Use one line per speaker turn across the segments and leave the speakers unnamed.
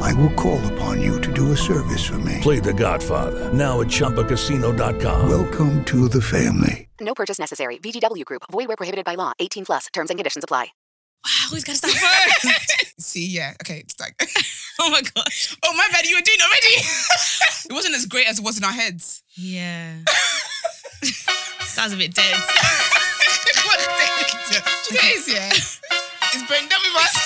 I will call upon you to do a service for me.
Play The Godfather now at ChumbaCasino.com.
Welcome to the family.
No purchase necessary. VGW Group. Void where prohibited by law. 18 plus. Terms and conditions apply.
Wow, who's got to start first?
See, yeah. Okay, it's like,
oh my gosh.
oh, my bad, you were doing it already. it wasn't as great as it was in our heads.
Yeah. Sounds a bit dead.
it was dead. Do you think it is, yeah? It's burned up with us.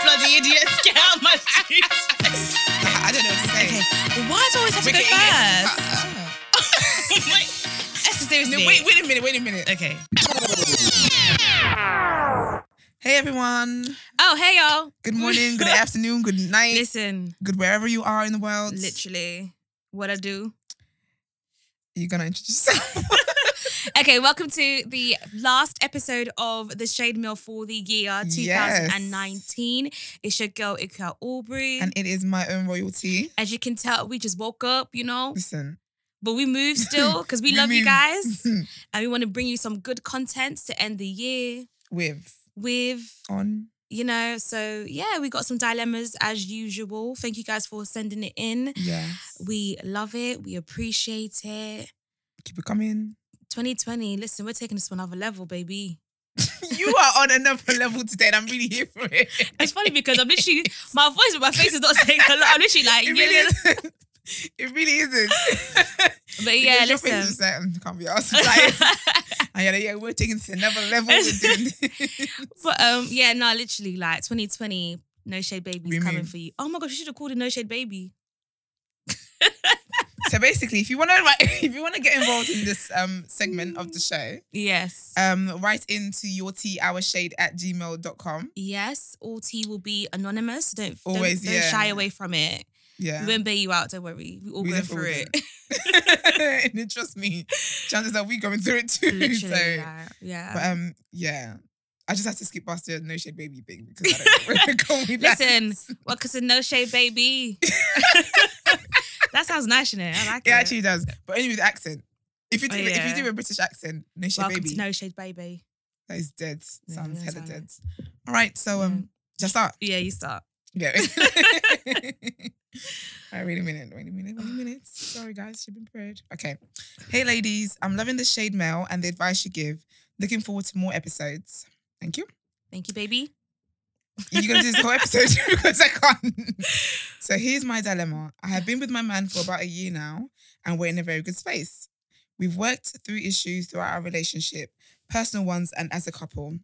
Bloody idiots, get out my seat.
I I don't know what to say.
Okay, well, why do I always have to
We're
go
getting it.
first?
Uh,
Wait, Esther,
uh,
seriously.
no, wait, wait a minute, wait a minute.
Okay.
Hey, everyone.
Oh, hey, y'all.
Good morning, good afternoon, good night,
Listen,
good wherever you are in the world.
literally, what I do.
You're going to introduce yourself.
Okay, welcome to the last episode of The Shade Mill for the year
Yes.
2019. It's your girl, Ikea Aubrey.
and it is my own royalty.
As you can tell, we just woke up, you know,
Listen.
but we move still because we, love you
move.
guys and we want to bring you some good contents to end the year
With,
with,
on,
you know. So, yeah, we got some dilemmas as usual. Thank you guys for sending it in.
yes.
We love it, we appreciate it.
Keep it coming.
2020, listen, we're taking this to another level, baby.
You are on another level today, and I'm really here for it.
It's funny because I'm literally my voice with my face is not saying a lot. I'm literally like,
It
yeah,
really isn't. It really isn't.
but yeah,
Because your face is
listen.
like, "Mm, can't be asked. Like, and you're like, yeah, we're taking it to another level. We're doing this.
but um, yeah, no, literally like 2020, no shade baby's
We
coming
mean-
for you. Oh my gosh, you should have called it no shade baby.
so basically, if you want to, if you want to get involved in this um segment of
Mm.
the show,
Yes.
um, write into your tea hour shade at gmail.com.
Yes, all tea will be anonymous. Don't don't-
Always,
don't,
yeah.
shy away from it.
Yeah.
We won't bail you out. Don't worry. We all
We
go through
definitely will
it.
and then trust me, chances are we're going through it too.
Literally,
so,
yeah. yeah.
but um, yeah. I just have to skip past the no shade baby thing because I don't know where we're going with that.
Listen, welcome to No Shade Baby. that sounds nice, you know. I like
It
it.
actually does. But anyway, the accent. If you
Oh,
do, if
yeah.
you do a British accent, no shade,
welcome
baby.
to No Shade Baby.
that is dead.
Yeah,
Sounds
yeah,
hella
sound
dead. All right, so um, just start.
Yeah, you start.
Yeah. All right, wait a minute, wait a minute, wait a minute. Sorry, guys, you've been prepared. Okay. Hey, ladies, I'm loving the shade mail and the advice you give. Looking forward to more episodes. Thank you.
Thank you, baby.
You're going to do this whole episode because I can't. So here's my dilemma. I have been with my man for about a year now, and we're in a very good space. We've worked through issues throughout our relationship, personal ones, and as a couple.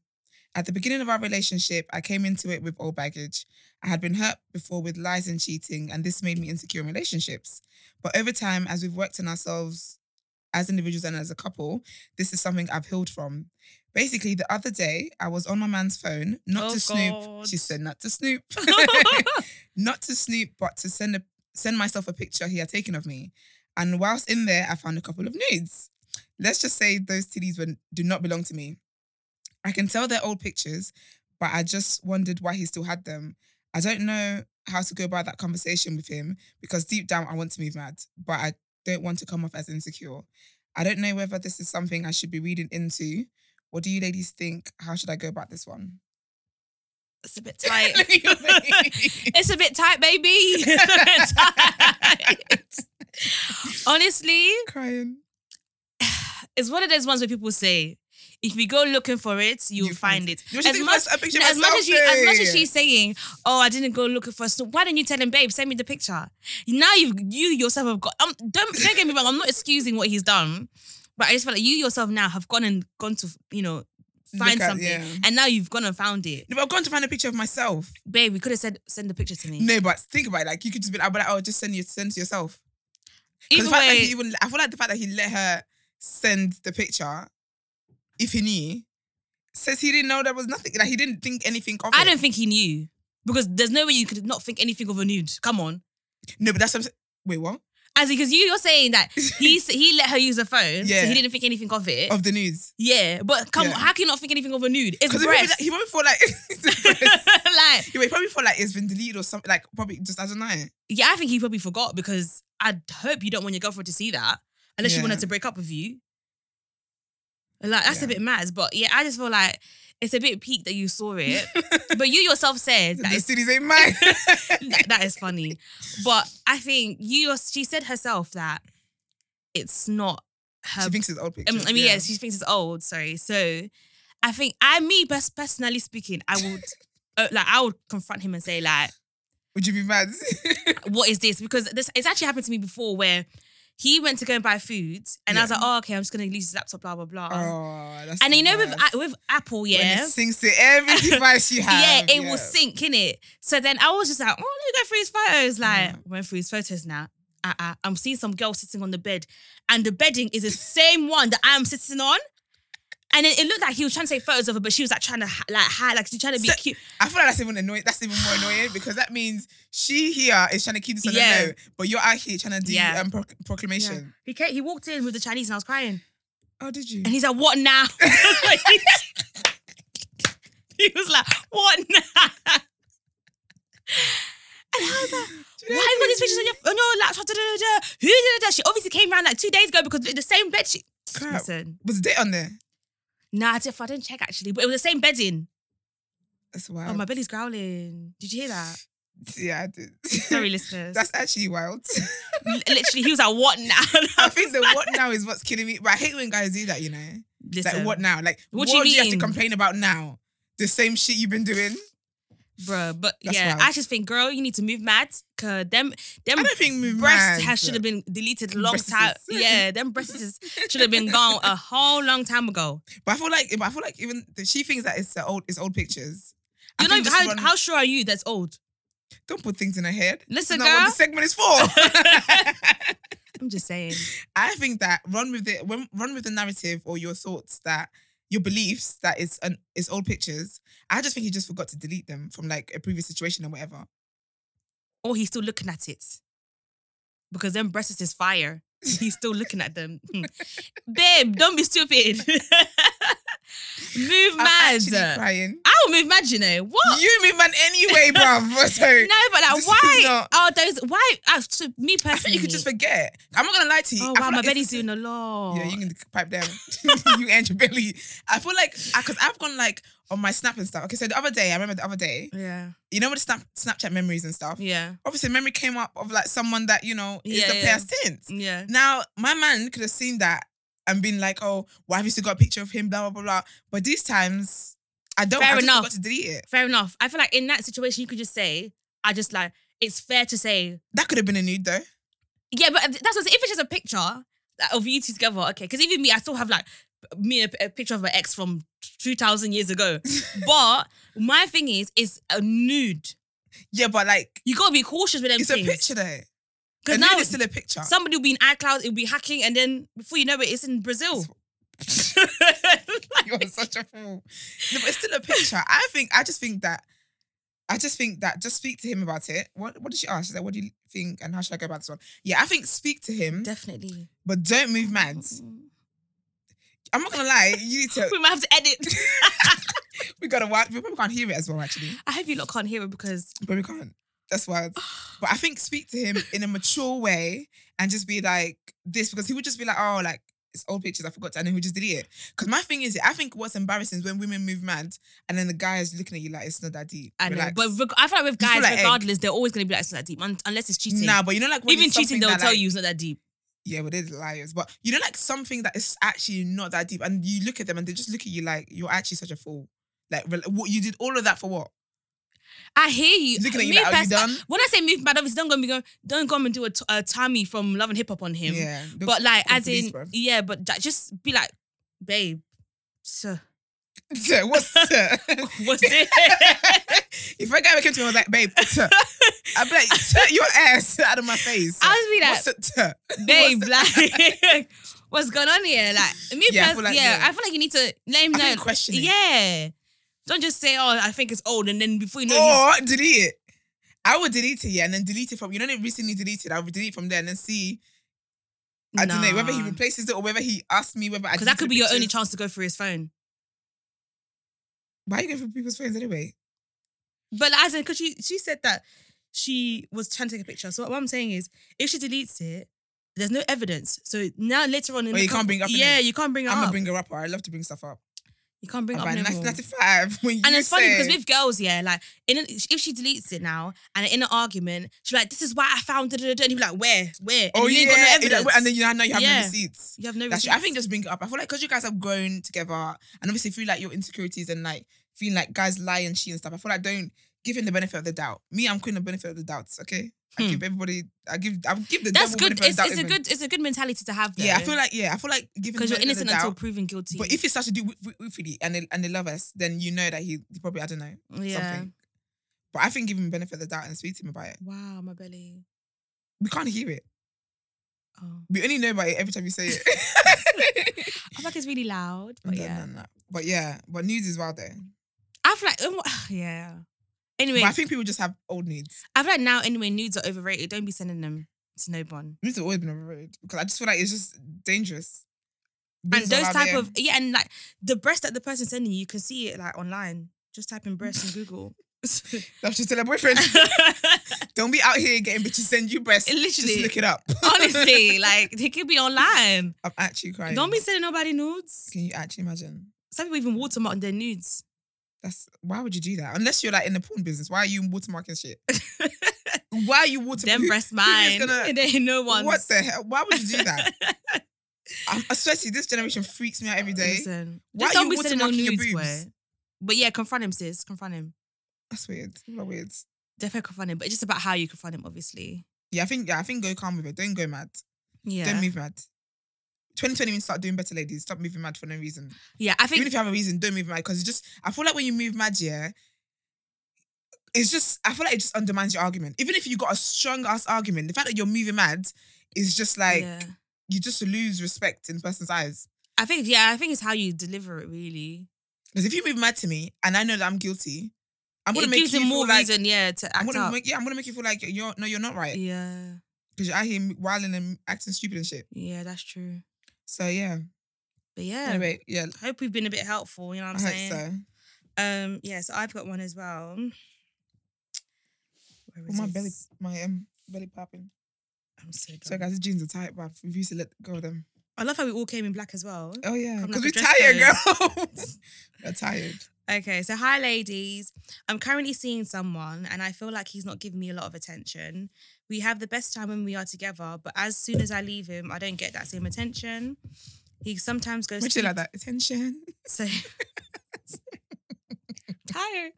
At the beginning of our relationship, I came into it with old baggage. I had been hurt before with lies and cheating, and this made me insecure in relationships. But over time, as we've worked on ourselves as individuals and as a couple, this is something I've healed from. Basically, the other day, I was on my man's phone, not
Oh,
to snoop.
God.
She said, not to snoop. not to snoop, but to send a send myself a picture he had taken of me. And whilst in there, I found a couple of nudes. Let's just say those titties were, do not belong to me. I can tell they're old pictures, but I just wondered why he still had them. I don't know how to go about that conversation with him because deep down I want to move mad, but I don't want to come off as insecure. I don't know whether this is something I should be reading into. What do you ladies think? How should I go about this one?
It's a bit tight.
Look at your face.
it's a bit tight, baby. It's a bit tight. Honestly,
Crying.
it's one of those ones where people say, if you go looking for it, you'll
You
find, it.
You should think that's a picture
no,
of
as much as you, as much as
selfie.
she's saying, "Oh, I didn't go looking for," a snoop," why didn't you tell him, babe? Send me the picture. Now you you yourself have got. Um, don't don't get me wrong. I'm not excusing what he's done, but I just feel like you yourself now have gone and gone to you know find
Look at-
something,
yeah.
and now you've gone and found it.
No, but I've gone to find a picture of myself.
babe, we could have said send the picture to me.
No, but think about it. Like you could just be like, "Ah, but I'll just send you send to yourself. 'Cause
Either
the fact that
way,
he even, I feel like the fact that he let her send the picture, if he knew, says he didn't know there was nothing. Like he didn't think anything of it.
I don't think he knew because there's no way you could not think anything of a nude. Come on,
No, but that's what I'm saying. Wait, what?
As because you you're saying that he s- he let her use the phone,
Yeah.
so he didn't think anything of it.
of the news.
yeah, but come,
Yeah.
how can you not think anything of a nude? It's
Because he, probably-
breast.
he probably thought like it's a breast.
like
Yeah, but he probably thought like it's been deleted or something. Like probably just I don't know.
yeah, I think he probably forgot because I hope you don't want your girlfriend to see that unless you
Yeah.
want her to break up with you. Like that's a
Yeah.
bit mad, but yeah, I just feel like it's a bit peak that you saw it, but you yourself said that
the
is
cities ain't mine.
that- that is funny. But I think you, she said herself that it's not her.
she thinks it's old pictures.
Um, I mean, yeah. she thinks it's old. Sorry. So I think I, me, best personally speaking, I would uh, like I would confront him and say like,
Would you be mad?
what is this? Because this it's actually happened to me before where he went to go and buy food, and I was
Yeah.
like, oh, okay, I'm just gonna lose his laptop, blah blah blah.
oh, that's
and
the
you know with
worst.
A- with Apple,
When
yeah.
it syncs to every device you
Yeah,
have.
it will sync, innit? So then I was just like, oh, let me go through his photos. Like, went through his photos now. Uh-uh. I'm seeing some girl sitting on the bed, and the bedding is the same one that I'm sitting on. And then it looked like he was trying to take photos of her, but she was like trying to hi- like hide, like she's trying to be
So-
cute.
I feel like that's even annoying. That's even more annoying because that means she here is trying to keep this on
Yeah.
the low, but you're out here trying to do
Yeah.
um, pro-
Yeah.
proclamation.
He came, he walked in with the Chinese, and I was crying.
Oh, did you?
And he's like, what now? he was like, what now? And I was like,
Do you know
why you got these
what
pictures on your, on your laptop? Da, da, da, da. Who did that? She obviously came around like two days ago because the same bed she.
Crap.
Listen,
Was the date on there?
nah, I didn't, I didn't check actually, but it was the same bedding.
That's wild.
Oh, my belly's growling. Did you hear that?
Yeah, I did.
Sorry, listeners.
That's actually wild.
L- Literally, he was like, what now?
I think the what now is what's killing me. But I hate when guys do that, you know?
Listen,
Like, what now? Like,
What
what,
do
do
you
you, have to
mean? Um,
complain about now? The same shit you've been doing?
Bruh, but
That's
yeah,
wild.
I just think, girl, you need to move mad. Cause them, them
I don't think move
breasts
mad,
has should have
but-
been deleted long
Breasts.
time. Yeah, them breasts should have been gone a whole long time ago.
But I feel like, but I feel like even the, she thinks that it's the old, it's old pictures. I
You
think
know
just
how,
run-
how sure are you that's old?
Don't put things in her head. That's
Listen,
not what
girl.
the segment is for.
I'm just saying.
I think that run with it. When run with the narrative or your thoughts that your beliefs that it's an it's old pictures. I just think he just forgot to delete them from like a previous situation or whatever.
Or he's still looking at it. Because them breasts is fire. He's still looking at them. Hmm. Babe, don't be stupid. move
I'm
mad. Oh.
actually crying.
I will move mad, you know. What?
You mean man anyway, bruv. So
no, but like,
This is
why
not-
are those? Why? Uh, to me personally,
I think you could just forget. I'm not gonna lie to you.
Oh
I
wow,
feel
my
like
belly's
it's-
doing a lot.
Yeah, you can pipe down. you and your belly. I feel like because I've gone like on my snap and stuff. Okay, so the other day, I remember the other day.
yeah,
You know with snap Snapchat memories and stuff.
yeah,
Obviously, memory came up of like someone that you know is
Yeah,
the
yeah.
past tense.
yeah.
Now, my man could have seen that and been like, oh, why have you still got a picture of him, blah, blah, blah, blah. But these times, I don't
Fair
I just
enough.
forgot to delete it.
Fair enough. I feel like in that situation, you could just say, I just like, it's fair to say,
That could have been a nude, though.
yeah, but that's what I'm saying. If it's just a picture like, of you two together, okay, because even me, I still have like me and a, a picture of my ex from 2000 years ago. but my thing is, it's a nude.
Yeah, but like,
You gotta be cautious with them
it's
things.
a picture, though. A
Because
nude
now
is still a picture.
somebody will be in iCloud, it'll be hacking, and then before you know it, it's in Brazil.
You're such a fool. No, but it's still a picture. I think, I just think that, I just think that just speak to him about it. What What did she ask? She's like, what do you think and how should I go about this one? Yeah, I think speak to him,
Definitely.
but don't move mad. I'm not gonna lie, you need to.
We might have to edit.
We gotta watch. We probably can't hear it as well, actually.
I hope you lot can't hear it because
But we can't. That's wild. But I think speak to him in a mature way and just be like this because he would just be like, oh, like it's old pictures. I forgot to. And then he would just delete it. Because my thing is, I think what's embarrassing is when women move mad and then the guy is looking at you like it's not that deep.
I know,
Relax.
but reg- I feel like with
You feel
guys,
like egg.
regardless, they're always gonna be like it's not that deep, un- unless it's cheating.
nah, but you know, like when
Even
it's
cheating,
something
they'll
that,
tell
like-
you it's not that deep.
Yeah, but they're liars. But you know, like something that is actually not that deep, and you look at them and they just look at you like you're actually such a fool. Like, rel- what you did all of that for what?
I hear you.
Looking at you
Me
like, are you
pers-
done?
When I say move mad, obviously don't go and be going, don't come and do a, t- a Tommy from Love and Hip Hop on him.
Yeah, the-
but like,
the
as
police,
in,
bruv.
yeah, but that, just be like, babe, so,
Sir, what's sir?
what's it?
if a guy came to me and was like, babe, sir, I'd be like, sir, your ass out of my face.
I would be like,
what's it, sir?
babe,
What's-
like, what's going on here? Like, me
Yeah, I
pers-
feel like,
yeah,
yeah.
I feel like you need to let him
I
know.
think question it.
yeah, don't just say, oh, I think it's old, and then before you know, he's
Or delete it. I would delete it, yeah, and then delete it from you know they recently deleted. I would delete from there and then see. I don't know whether he replaces it or whether he asks me whether I.
Because that
deleted
could
the
be your only
pictures.
chance to go through his phone.
Why are you going through people's phones anyway?
But like, as in, because she she said that she was trying to take a picture. So what I'm saying is, if she deletes it, there's no evidence. So now later on, in
Oh,
the
you can't
couple-
bring up in
Yeah,
it.
you can't bring it
I'm
up.
a bringer upper. I love to bring stuff up.
you can't bring it up
About
no more.
1995, when you
And it's funny
say-
because with girls, yeah, like in a, if she deletes it now and in an argument, she's like, "This is why I found it," and you be like, "Where, where?" And
oh
you
yeah,
ain't got no
it-
evidence.
and then you know, now you have
Yeah.
no receipts.
you have no.
That's true.
receipts.
I think just bring it up. I feel like because you guys have grown together, and obviously through like your insecurities and like feeling like guys lie and cheat and stuff. I feel like don't give him the benefit of the doubt. Me, I'm queen of benefit of the doubts. Okay, I
Hmm.
give everybody. I give. I give the
that's
devil
good.
benefit of
It's,
the doubt
it's a
even.
good. It's a good mentality to have. Though,
Yeah, I feel like yeah, I feel like giving
because you're innocent until
doubt.
proven guilty.
But if he starts to do wi- wi- wickedly and they, and they love us, then you know that he, he probably I don't know
yeah,
something. But I think give him benefit of the doubt and speak to him about it.
wow, my belly.
We can't hear it.
Oh,
We only know about it every time you say it.
I feel like it's really loud, but
No,
yeah,
no, no. But yeah, but news is wild there.
I feel like um, yeah. Anyway,
But I think people just have old needs.
I feel like now anyway nudes are overrated. Don't be sending them to no one.
Needs have always been overrated because I just feel like it's just dangerous.
And
Boobs are
those
out
type
there.
of yeah, and like the breast that the person's sending you, you can see it like online. Just type in breast in Google.
that's just tell her boyfriend. Don't be out here getting bitches send you breasts.
Literally.
just look it up.
Honestly, like they could be online.
I'm actually crying.
Don't be sending nobody nudes.
Can you actually imagine?
Some people even watermark their nudes.
That's why would you do that? Unless you're like in the porn business, why are you watermarking shit? Why are you watermarking?
Them breast mine.
gonna-
and then no one.
What the hell? Why would you do that? um, especially this generation freaks me out every day.
Listen,
Why
just
are
don't
you
be sending no
watermarking your
nudes, boy.
boobs?
But yeah, confront him, sis. Confront him.
That's weird. People are weird.
Definitely confront him. But it's just about how you confront him, obviously.
Yeah, I think yeah, I think go calm with it. Don't go mad.
Yeah.
Don't move mad. 2020 means start doing better, ladies. Stop moving mad for no reason.
Yeah, I think
Even if you have a reason, don't move mad. Because just I feel like when you move mad, yeah, it's just I feel like it just undermines your argument. Even if you got a strong ass argument, the fact that you're moving mad is just like
yeah.
you just lose respect in the person's eyes.
I think yeah, I think it's how you deliver it really.
Because if you move mad to me and I know that I'm guilty, I'm gonna
it
make
gives
you
him
feel
more
like
reason, yeah, to
I'm
act
gonna
up.
make yeah, I'm gonna make you feel like you're no, you're not right.
yeah,
Because you're out here wilding and acting stupid and shit.
yeah, that's true.
So yeah.
But yeah,
Anyway, yeah,
hope we've been a bit helpful. You know what I'm
i
saying?
hope so.
Um, yeah, so I've got one as well. Where
Oh,
is
my
this?
belly, my um, belly popping.
I'm so
So
done.
guys, the jeans are tight, but we used to let go of them.
I love how we all came in black as well.
Oh yeah,
Come
because we're
like a
tired,
dress
girls. we're tired.
Okay, so hi ladies. I'm currently seeing someone and I feel like he's not giving me a lot of attention. We have the best time when we are together, but as soon as I leave him, I don't get that same attention. He sometimes goes
Which you
speak-
like that attention?
So tired.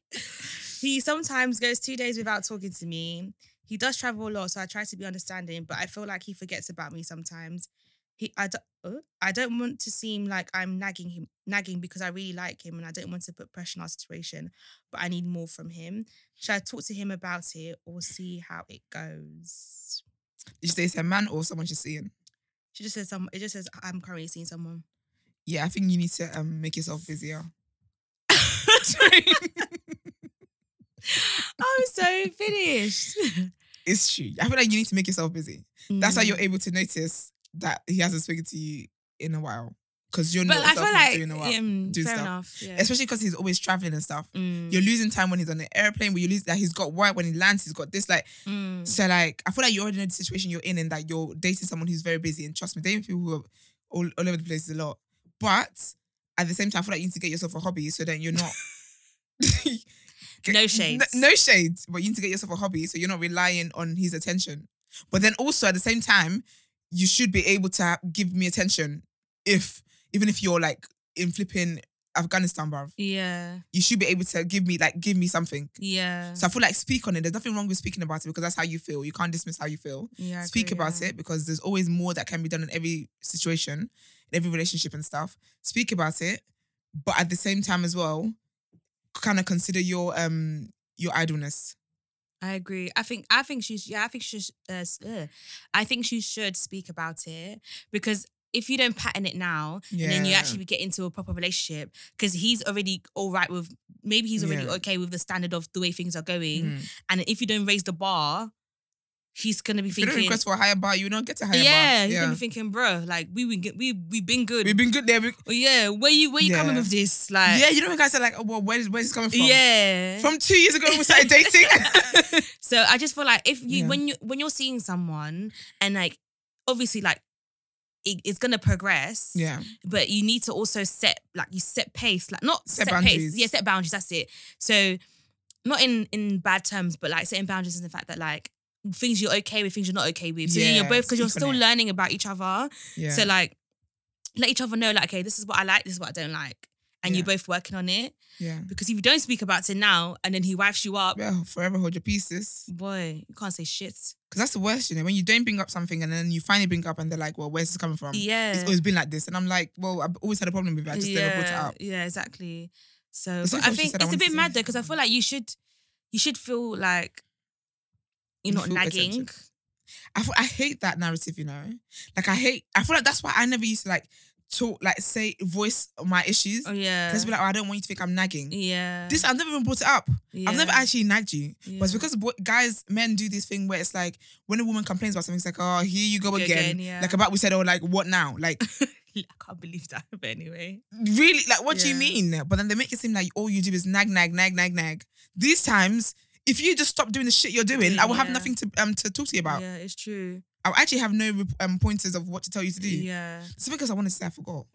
He sometimes goes two days without talking to me. He does travel a lot, so I try to be understanding, but I feel like he forgets about me sometimes. He, I, do, oh, I don't want to seem like I'm nagging him, nagging because I really like him and I don't want to put pressure on our situation, but I need more from him. Should I talk to him about it or see how it goes?
You say it's a man or someone you're seeing.
She just says some. It just says I'm currently seeing someone.
Yeah, I think you need to um make yourself busier.
I'm Oh, so finished.
It's true. I feel like you need to make yourself busy. That's
Mm.
how you're able to notice that he hasn't spoken to you in a while because you're
But
not
I
self
feel like
doing a while.
um,
doing
fair
stuff.
enough. Yeah.
Especially because he's always traveling and stuff.
Mm,
You're losing time when he's on the airplane. When you lose that he's got work. When he lands, he's got this. Like
mm.
So like, I feel like you already know the situation you're in, and that you're dating someone who's very busy. And trust me, dating people who are all, all over the place is a lot. But at the same time, I feel like you need to get yourself a hobby so that you're not.
No shades.
No, no shades, but you need to get yourself a hobby so you're not relying on his attention. But then also at the same time, you should be able to ha- give me attention if even if you're like in flipping Afghanistan, bruv,
Yeah,
you should be able to give me like give me something.
yeah,
So I feel like speak on it. There's nothing wrong with speaking about it because that's how you feel. You can't dismiss how you feel.
yeah. I
speak
agree,
about
yeah.
it because there's always more that can be done in every situation, in every relationship and stuff. Speak about it, but at the same time as well, kind of consider your um your idleness.
I agree. I think. I think she's. Yeah. I think she's. Uh, s- ugh. I think she should speak about it because if you don't pattern it now, and then you
Yeah.
actually get into a proper relationship because he's already all right with maybe he's already
Yeah.
okay with the standard of the way things are going,
Mm.
and if you don't raise the bar, he's gonna be
If you don't
thinking,
request for a higher bar, you don't get a higher
yeah,
bar.
he's gonna be thinking, bro, like we been g- we we been good,
We've been good there. We-
Oh, yeah, where you where you coming
Yeah.
with this, like
yeah, you know, when guys are like, oh, well, where's, where's this coming from?
yeah.
From two years ago when we started dating.
so I just feel like if you
Yeah.
when you when you're seeing someone and like obviously like it, it's gonna progress,
yeah.
but you need to also set like you set pace, like not
Set
set,
boundaries.
pace, yeah, set boundaries. That's it. So not in in bad terms, but like setting boundaries in the fact that like things you're okay with, things you're not okay with. So then
Yeah,
you're both because you're
speak on
still
it.
learning about each other.
Yeah.
So like let each other know like okay, this is what I like, this is what I don't like, and
Yeah.
you're both working on it.
yeah.
Because if you don't speak about it now, and then he wipes you up,
Well, forever hold your pieces.
boy, you can't say shit.
Because that's the worst, you know, when you don't bring up something and then you finally bring up and they're like, well, where's this coming from?
Yeah.
Um, It's always been like this. And I'm like, well, I've always had a problem with it. I just never brought it up.
Yeah, exactly. So
It's
but
not
I
what she
think
said,
it's
I
a
wanted
bit
to
mad
say.
though because I feel like you should, you should feel like you're
You
not
feel
nagging.
attentive. I, feel, I hate that narrative, you know? Like, I hate, I feel like that's why I never used to like talk, like say, voice my issues.
Oh yeah,
Because be like, oh, I don't want you to think I'm nagging.
yeah.
This, I've never even brought it up.
yeah.
I've never actually nagged you. But it's
Yeah.
because boy, guys, men do this thing where it's like, when a woman complains about something, it's like, oh, here you go
Go
again.
again, yeah.
Like about we said, oh, like, what now? Like,
I can't believe that. But anyway,
really like what do you
Yeah.
mean but then they make it seem like all you do is nag nag nag nag nag these times if you just stop doing the shit you're doing i will have
Yeah.
nothing to um to talk to you about
yeah, it's true.
i'll actually have no rep- um pointers of what to tell you to do
Yeah,
it's because i want to say i forgot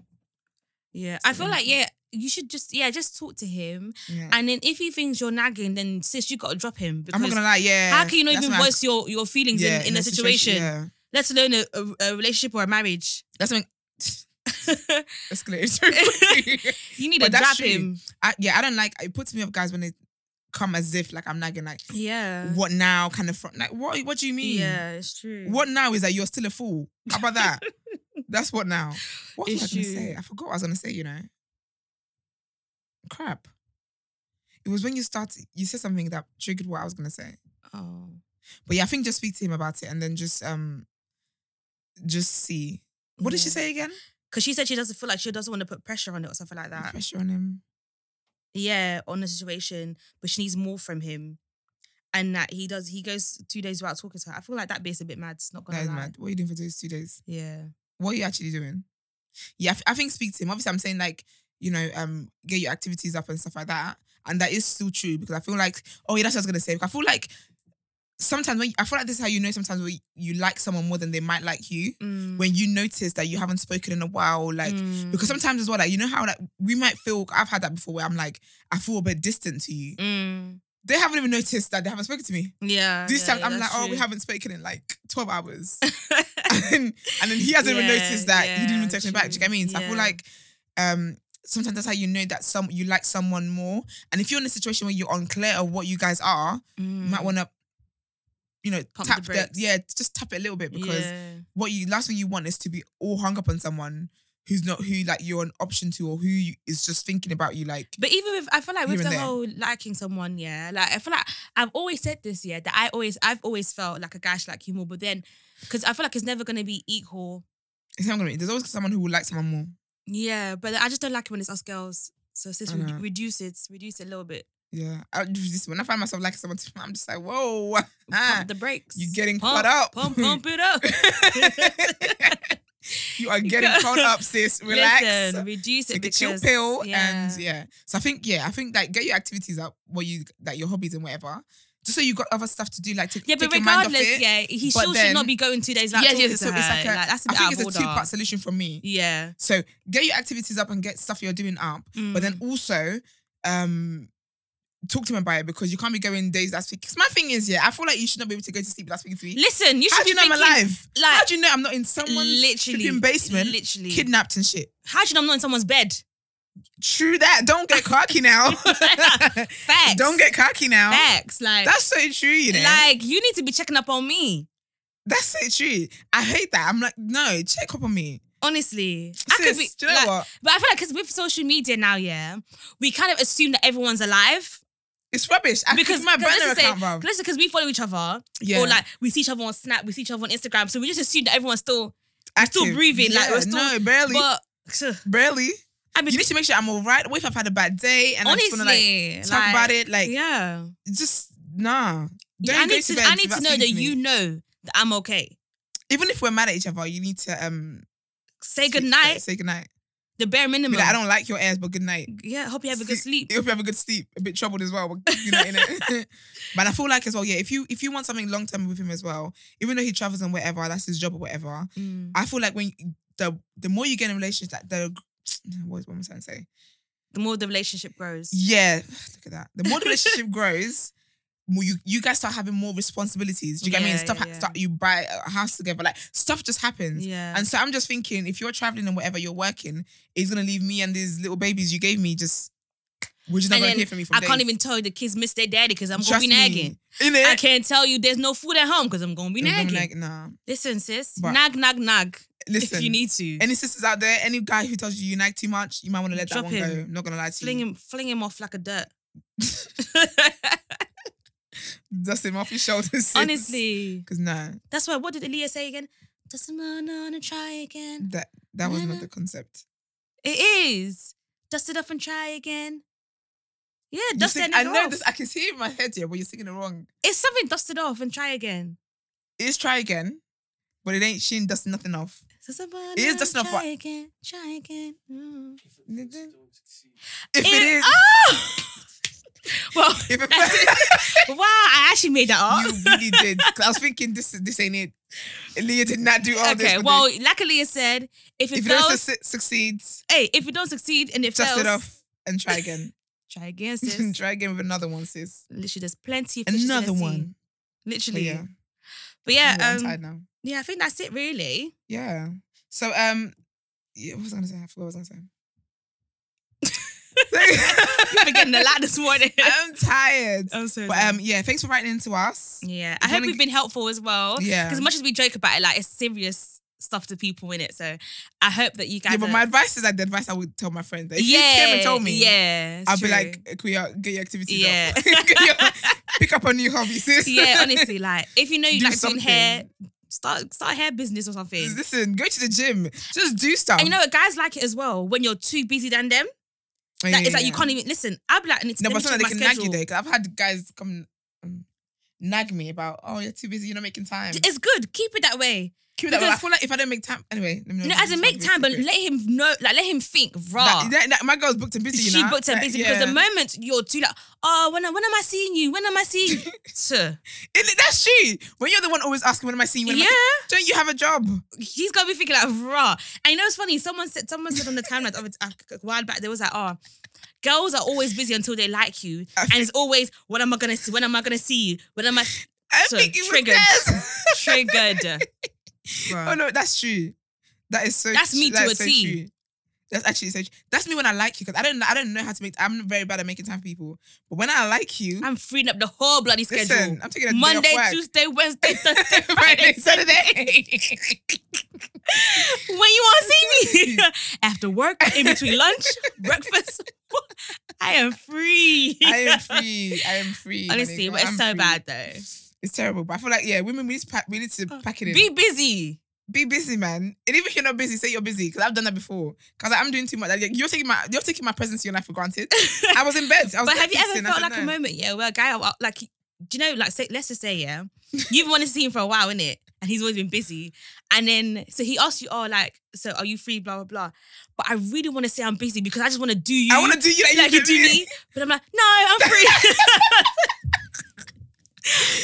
yeah. I feel
So-
like yeah, you should just yeah, just talk to him,
yeah.
and then if he thinks you're nagging, then sis, you gotta drop him because
i'm not gonna lie yeah
how can you not
that's
even
when I-
voice your your feelings
yeah,
in, in, a situation,
yeah.
let alone a, a, a relationship or a marriage?
that's when escalated so quickly.
you need
But
to grab
that's true.
him.
I, yeah i don't like it puts me off guys when they come as if like i'm nagging like
Yeah.
what now kind of front like what what do you mean
Yeah, it's true.
What now is that you're still a fool. How about that? That's what now. What was I
It's
going to
you.
say? I forgot what I was going to say, you know. Crap. It was when you started, you said something that triggered what I was going to say.
Oh.
But yeah, I think just speak to him about it and then just, um, just see. What did she
Yeah.
say again?
Because she said she doesn't feel like she doesn't want to put pressure on it or something like that.
Pressure on him.
Yeah, on the situation, but she needs more from him. And that he does, he goes two days without talking to her. I feel like that bit's a bit mad. It's not gonna
That is
lie.
mad. What are you doing for those two days?
Yeah.
What are you actually doing? Yeah, I, th- I think speak to him. Obviously, I'm saying like, you know, um, get your activities up and stuff like that. And that is still true because I feel like, oh yeah, that's what I was gonna say. I feel like sometimes when I feel like this is how you know sometimes when you like someone more than they might like you
Mm,
when you notice that you haven't spoken in a while, like.
mm,
Because sometimes as well, like you know how like we might feel I've had that before where I'm like, I feel a bit distant to you.
mm,
They haven't even noticed that they haven't spoken to me.
yeah.
This
yeah,
time
yeah,
I'm like,
that's
oh, we
true.
haven't spoken in like 12 hours and, and then he hasn't even
Yeah,
noticed that he didn't even
yeah,
text me back. Do you get me? So I feel
true.
like um sometimes that's how you know that some you like someone more. And if you're in a situation where you're unclear of what you guys are, you
Mm,
might want to you know
Pump the
tap that
brakes.
yeah just tap it a little bit because
yeah.
what you last thing you want is to be all hung up on someone who's not who like you're an option to or who you, is just thinking about you like
But even with, I feel like with the
Here and there.
whole liking someone, yeah, like I feel like I've always said this, yeah, that I always, I've always felt like a guy should like you more, but then, because I feel like it's never gonna be equal.
it's not gonna be there's always someone who will like someone more
Yeah, but I just don't like it when it's us girls. So sis,
I
re-
know.
reduce it, reduce it a little bit.
yeah I, this when I find myself liking someone I'm just like whoa
Pump the brakes.
you're Ah, getting
pump,
caught up
Pump, pump it up.
you are getting
go-
caught up, sis. Relax.
Listen, reduce it
Take a
because
chill pill and yeah. So I think yeah, I think like get your activities up, what you like your hobbies and whatever, just so you got other stuff to do. Like take,
Yeah, but
take your mind off
regardless,
it.
yeah, he
But
still should
then-
not be going two days without
yeah,
talking
yeah. So
to
it's
her.
like, a I
Like, that's a bit
think
out of
it's
order.
a two part solution from me.
Yeah.
So get your activities up and get stuff you're doing up, but then
Mm.
also um talk to him about it because you can't be going days last week. 'Cause my thing is, yeah, I feel like you should not be able to go to sleep last week. Three.
Mm. Listen, you should
How do
be
you know I'm
thinking,
alive?
like,
How do you know I'm not in someone's
literally,
flipping basement,
literally.
kidnapped and shit?
How do you know I'm not in someone's bed?
True that. Don't get cocky now.
Facts.
Don't get cocky now.
facts. Like,
That's so true, you know.
like you need to be checking up on me.
That's so true. I hate that. I'm like, no, check up on me.
Honestly, I could
Sis,
be.
do you know
like-
what?
But I feel like because with social media now, yeah, we kind of assume that everyone's alive
It's rubbish. I
because
because my burner account, bruv.
because because we follow each other,
Yeah.
or like we see each other on Snap, we see each other on Instagram, so we just assume that everyone's still still
active.
breathing, like, we're still-
no, barely,
But
barely.
I mean,
You need to make sure I'm all right. What if I've had a bad day and I just want to like
honestly,
talk about it? Like,
Yeah,
just nah. Don't
I
go
need to.
bed
I need
without
to know that
speaking me.
you know that I'm okay.
Even if we're mad at each other, you need to um
Say
speak-
good night.
Say good night.
The bare minimum.
I don't like your ass, but good night.
Yeah, hope you have a good sleep.
If you have a good sleep, a bit troubled as well, but you know, innit? but I feel like as well, yeah. If you if you want something long term with him as well, even though he travels and whatever, that's his job or whatever.
Mm.
I feel like when the the more you get in relationships, that the what, what am I trying to say?
The more the relationship grows.
Yeah, look at that. The more the relationship grows, more you you guys start having more responsibilities. Do you get what I
Yeah,
mean? Stuff
yeah,
ha-
yeah.
start you buy a house together, like stuff just happens.
Yeah.
And so I'm just thinking, if you're traveling and whatever you're working, it's gonna leave me and these little babies you gave me just. We're just not
And
gonna
then
hear from you. From
I can't
days.
even tell you the kids miss their daddy because I'm
Trust
gonna be
me.
nagging.
In
I
it.
can't tell you there's no food at home because I'm gonna be nagging.
nah.
Listen, sis,
But-
nag, nag, nag.
Listen.
if you need to,
any sisters out there, any guy who tells you you nag too much, you might want to let
Drop
that one
him.
go. I'm not gonna lie to
fling
you.
him, fling him off like a dirt.
Dust him off your shoulders.
Honestly,
Because nah,
that's why. What did Aaliyah say again? Doesn't matter, to try again.
that that was
Nah,
not
nah.
the concept.
It is. Dust it off and try again. Yeah,
You
dust
sing-
it
I know
off.
this. I can see it in my head here, but you're singing it wrong.
it's something dusted off and try again.
It's try again, but it ain't. She ain't dusting nothing off.
Doesn't
It is
matter,
dusted off,
Try
but-
again. Try again. Mm.
If
It-
it is,
Oh! well,
if it,
that's it. wow, I actually made that up.
you really did. 'Cause I was thinking this this ain't it. Leah did not do all this.
okay,
for
well,
this.
like Aaliyah said, if it
if it
fails,
don't su- succeed,
hey, if it don't succeed and it
dust
fails,
it off and try again.
try again, sis.
try again with another one, sis.
Literally, there's plenty of fishes in the
Another
sea.
one. But
Literally,
yeah,
but yeah,
Ooh, I'm
um,
tired now.
yeah, I think that's it, really.
Yeah. So um, yeah, what was I gonna say? I forgot what I was gonna
You're
say.
forgetting a lot this morning.
I'm tired.
I'm so
But
sorry.
um, yeah, thanks for writing in to us.
Yeah, I
you
hope
wanna
we've been helpful as well.
Yeah.
because much as we joke about it, like it's serious stuff to people in it. So I hope that you guys.
Yeah, but
are-
my advice is like the advice I would tell my friends. If
yeah,
you came and told me,
yeah, it's
I'll
true.
be like, "Can you- get your activities
Yeah.
up. Get your- pick up a new hobby, sis.
yeah, honestly, like if you know you
Do
like doing hair,
something.
start start a hair business or something.
Listen, go to the gym. Just do stuff.
and you know what, guys like it as well when you're too busy than them.
Yeah,
Like, it's
yeah,
like you
yeah.
can't even listen. I'll be like, I need to
No,
let me
but
check
sometimes
my
they can
schedule.
nag you there. Because I've had guys come um, nag me about, oh, you're too busy, you're not making time.
It's good. Keep it that way.
Keep it that way.
because-
I feel like if I don't make time, anyway. Let me know
You know,
if
as in
it's
make
not
time, but
busy.
let him know, like let him think, raw.
That- that- that- my girl's booked and busy. You
she
know?
booked her
Like,
busy
yeah.
because the moment you're too like, oh, when, when am I seeing you? When am I seeing you? Sir.
It- that's true. When you're the one always asking, when am I seeing? you? When am I
Yeah.
seeing-" Don't you have a job?
he's gonna be thinking like raw. And you know it's funny. Someone said someone said on the timeline of it a while back. They was like, oh, girls are always busy until they like you, and it's always when am I gonna see? When am I gonna see you? When am I?
I
So,
think it
triggered.
was theirs.
Triggered. Bruh.
Oh no, that's true. That is so.
That's me
true. That
to
is
a
so
T.
true. That's actually so. True. That's me when I like you because I don't. I don't know how to make. I'm very bad at making time for people. But when I like you,
I'm freeing up the whole bloody schedule.
listen, I'm taking a
Monday,
day off work.
Tuesday, Wednesday, Thursday, Friday,
Friday, Saturday.
when you want to see me after work, in between lunch, breakfast. I am free.
I am free. I am free. my
Honestly,
nigga.
but it's
I'm
so
free.
bad though.
It's terrible. But I feel like yeah, women we need to pack, we need to pack it in.
Be busy.
be busy, man. And even if you're not busy, say you're busy. Because I've done that before. Because I'm doing too much. Like, you're taking my you're taking my presence in your life for granted. I was in bed. I was
But have you ever
Netflixing. I
felt
said,
like a
"No."
moment, yeah, where a guy, uh, like, do you know, like, say, let's just say, yeah, you've wanted to see him for a while, innit? And he's always been busy. And then, so he asked you, oh, like, so are you free, blah, blah, blah. But I really want to say I'm busy because I just want to do you.
I want to do you like,
like you do me. But I'm like, no, I'm free.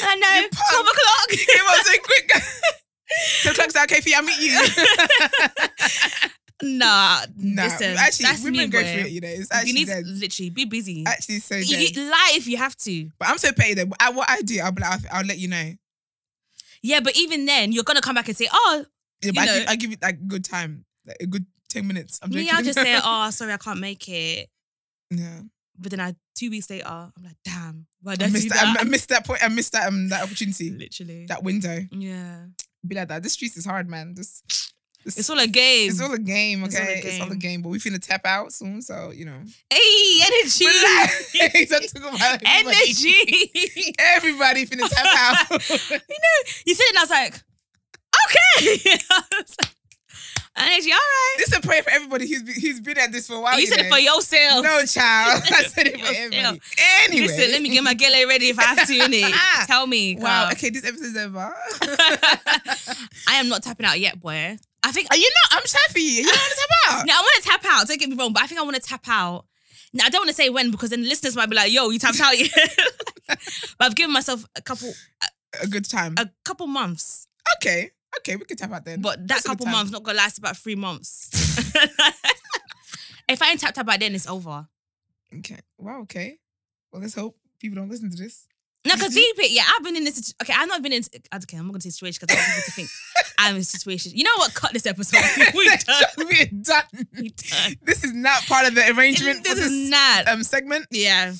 I know,
You
12
punk.
o'clock.
It was so quick. so Clark's like, okay for you. I'll meet you.
nah,
nah,
listen,
actually,
that's
women
me,
go
boy.
through it. You know, it's
You
actually
need to
dead.
literally be busy.
Actually, so dead.
You- you lie if you have to.
but I'm so petty though. But I, what I do, I'll be like, I'll, I'll let you know.
Yeah, but even then, you're gonna come back and say, "Oh,
Yeah,
You
but I,
know.
give, I give it like good time, like a good ten minutes. I'm
me,
joking.
I'll just say, oh, sorry, I can't make it."
yeah.
But then I two weeks later, I'm like, "Damn, why did
I
I
missed,
do
that.
that?"
I, I missed that point. I missed that um that opportunity,
Literally,
that window.
yeah,
Be like that. This street is hard, man. This, this
it's all a game.
It's all a game,
It's all a
okay? It's all a
game.
game, but we finna tap out soon, so you know.
hey, energy,
Relax. I took about everybody.
energy.
Everybody finna tap out.
you know, you said it, and I was like, "Okay." I was like, And it's all right.
This is a prayer for everybody who's been, who's been at this for a while.
you said it
know.
for yourself.
Oh, No, child. I said it for
Yourself.
everybody. Anyway.
Listen, let me get my gele ready if I have to, innit? Tell me. Girl.
Wow. Okay, this episode's over.
I am not tapping out yet, boy. I think
Are you not? I'm shy for you. You don't want to tap out.
No, Uh, I want to tap out. Don't get me wrong, but I think I want to tap out. Now I don't want to say when because then listeners might be like, "Yo, you tapped out yet?" but I've given myself a couple
A good time.
a couple months,
Okay. Okay, we can tap out then.
but that
That's a good
couple
time.
months not gonna last about three months. if I ain't tapped out by then, it's over.
Okay. Wow, okay. Well, let's hope people don't listen to this.
No, because deep it, yeah, I've been in this. situ- Okay, I've not been in. Okay, I'm not gonna say situation because I want people to think I'm in a situation. You know what? Cut this episode. We done.
We're done.
We done.
This is not part of the arrangement
This
for this
is not.
um segment.
Yeah,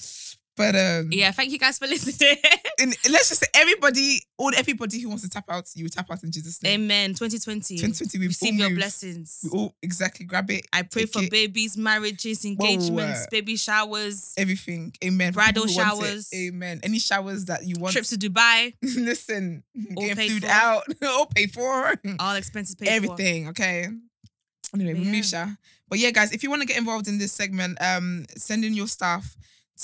But um
yeah. Thank you guys for listening.
and let's just say everybody, all everybody who wants to tap out, you will tap out in Jesus' name.
Amen. 2020.
2020, we've
Receive
all
your
moved.
blessings.
We all exactly grab it.
I pray
take
for
it,
babies, marriages, engagements, baby showers,
everything. Amen. For
Bridal
people who want it.
showers.
Amen. Any showers that you want.
trips to Dubai,
Listen,
All
getting
paid
food
for.
out, all paid for.
all expenses paid for.
everything. Okay. Anyway,
But
we move,
yeah.
Sha. But yeah, guys, if you want to get involved in this segment, um, send in your stuff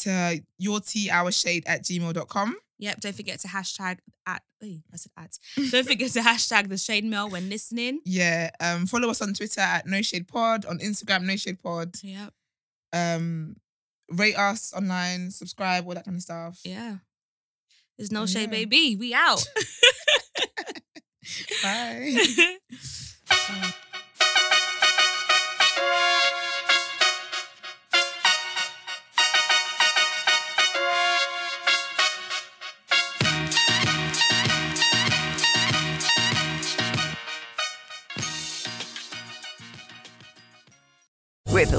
to your tea hour shade at gmail.com.
Yep. Don't forget to hashtag at. Ey, I said at. Don't forget to hashtag the shade mail when listening.
Yeah. Um, follow us on Twitter at No Shade Pod, on Instagram, No Shade Pod.
Yep.
Um, rate us online, subscribe, all that kind of stuff.
Yeah. There's no shade,
Oh, Yeah.
baby. We out.
Bye.
With the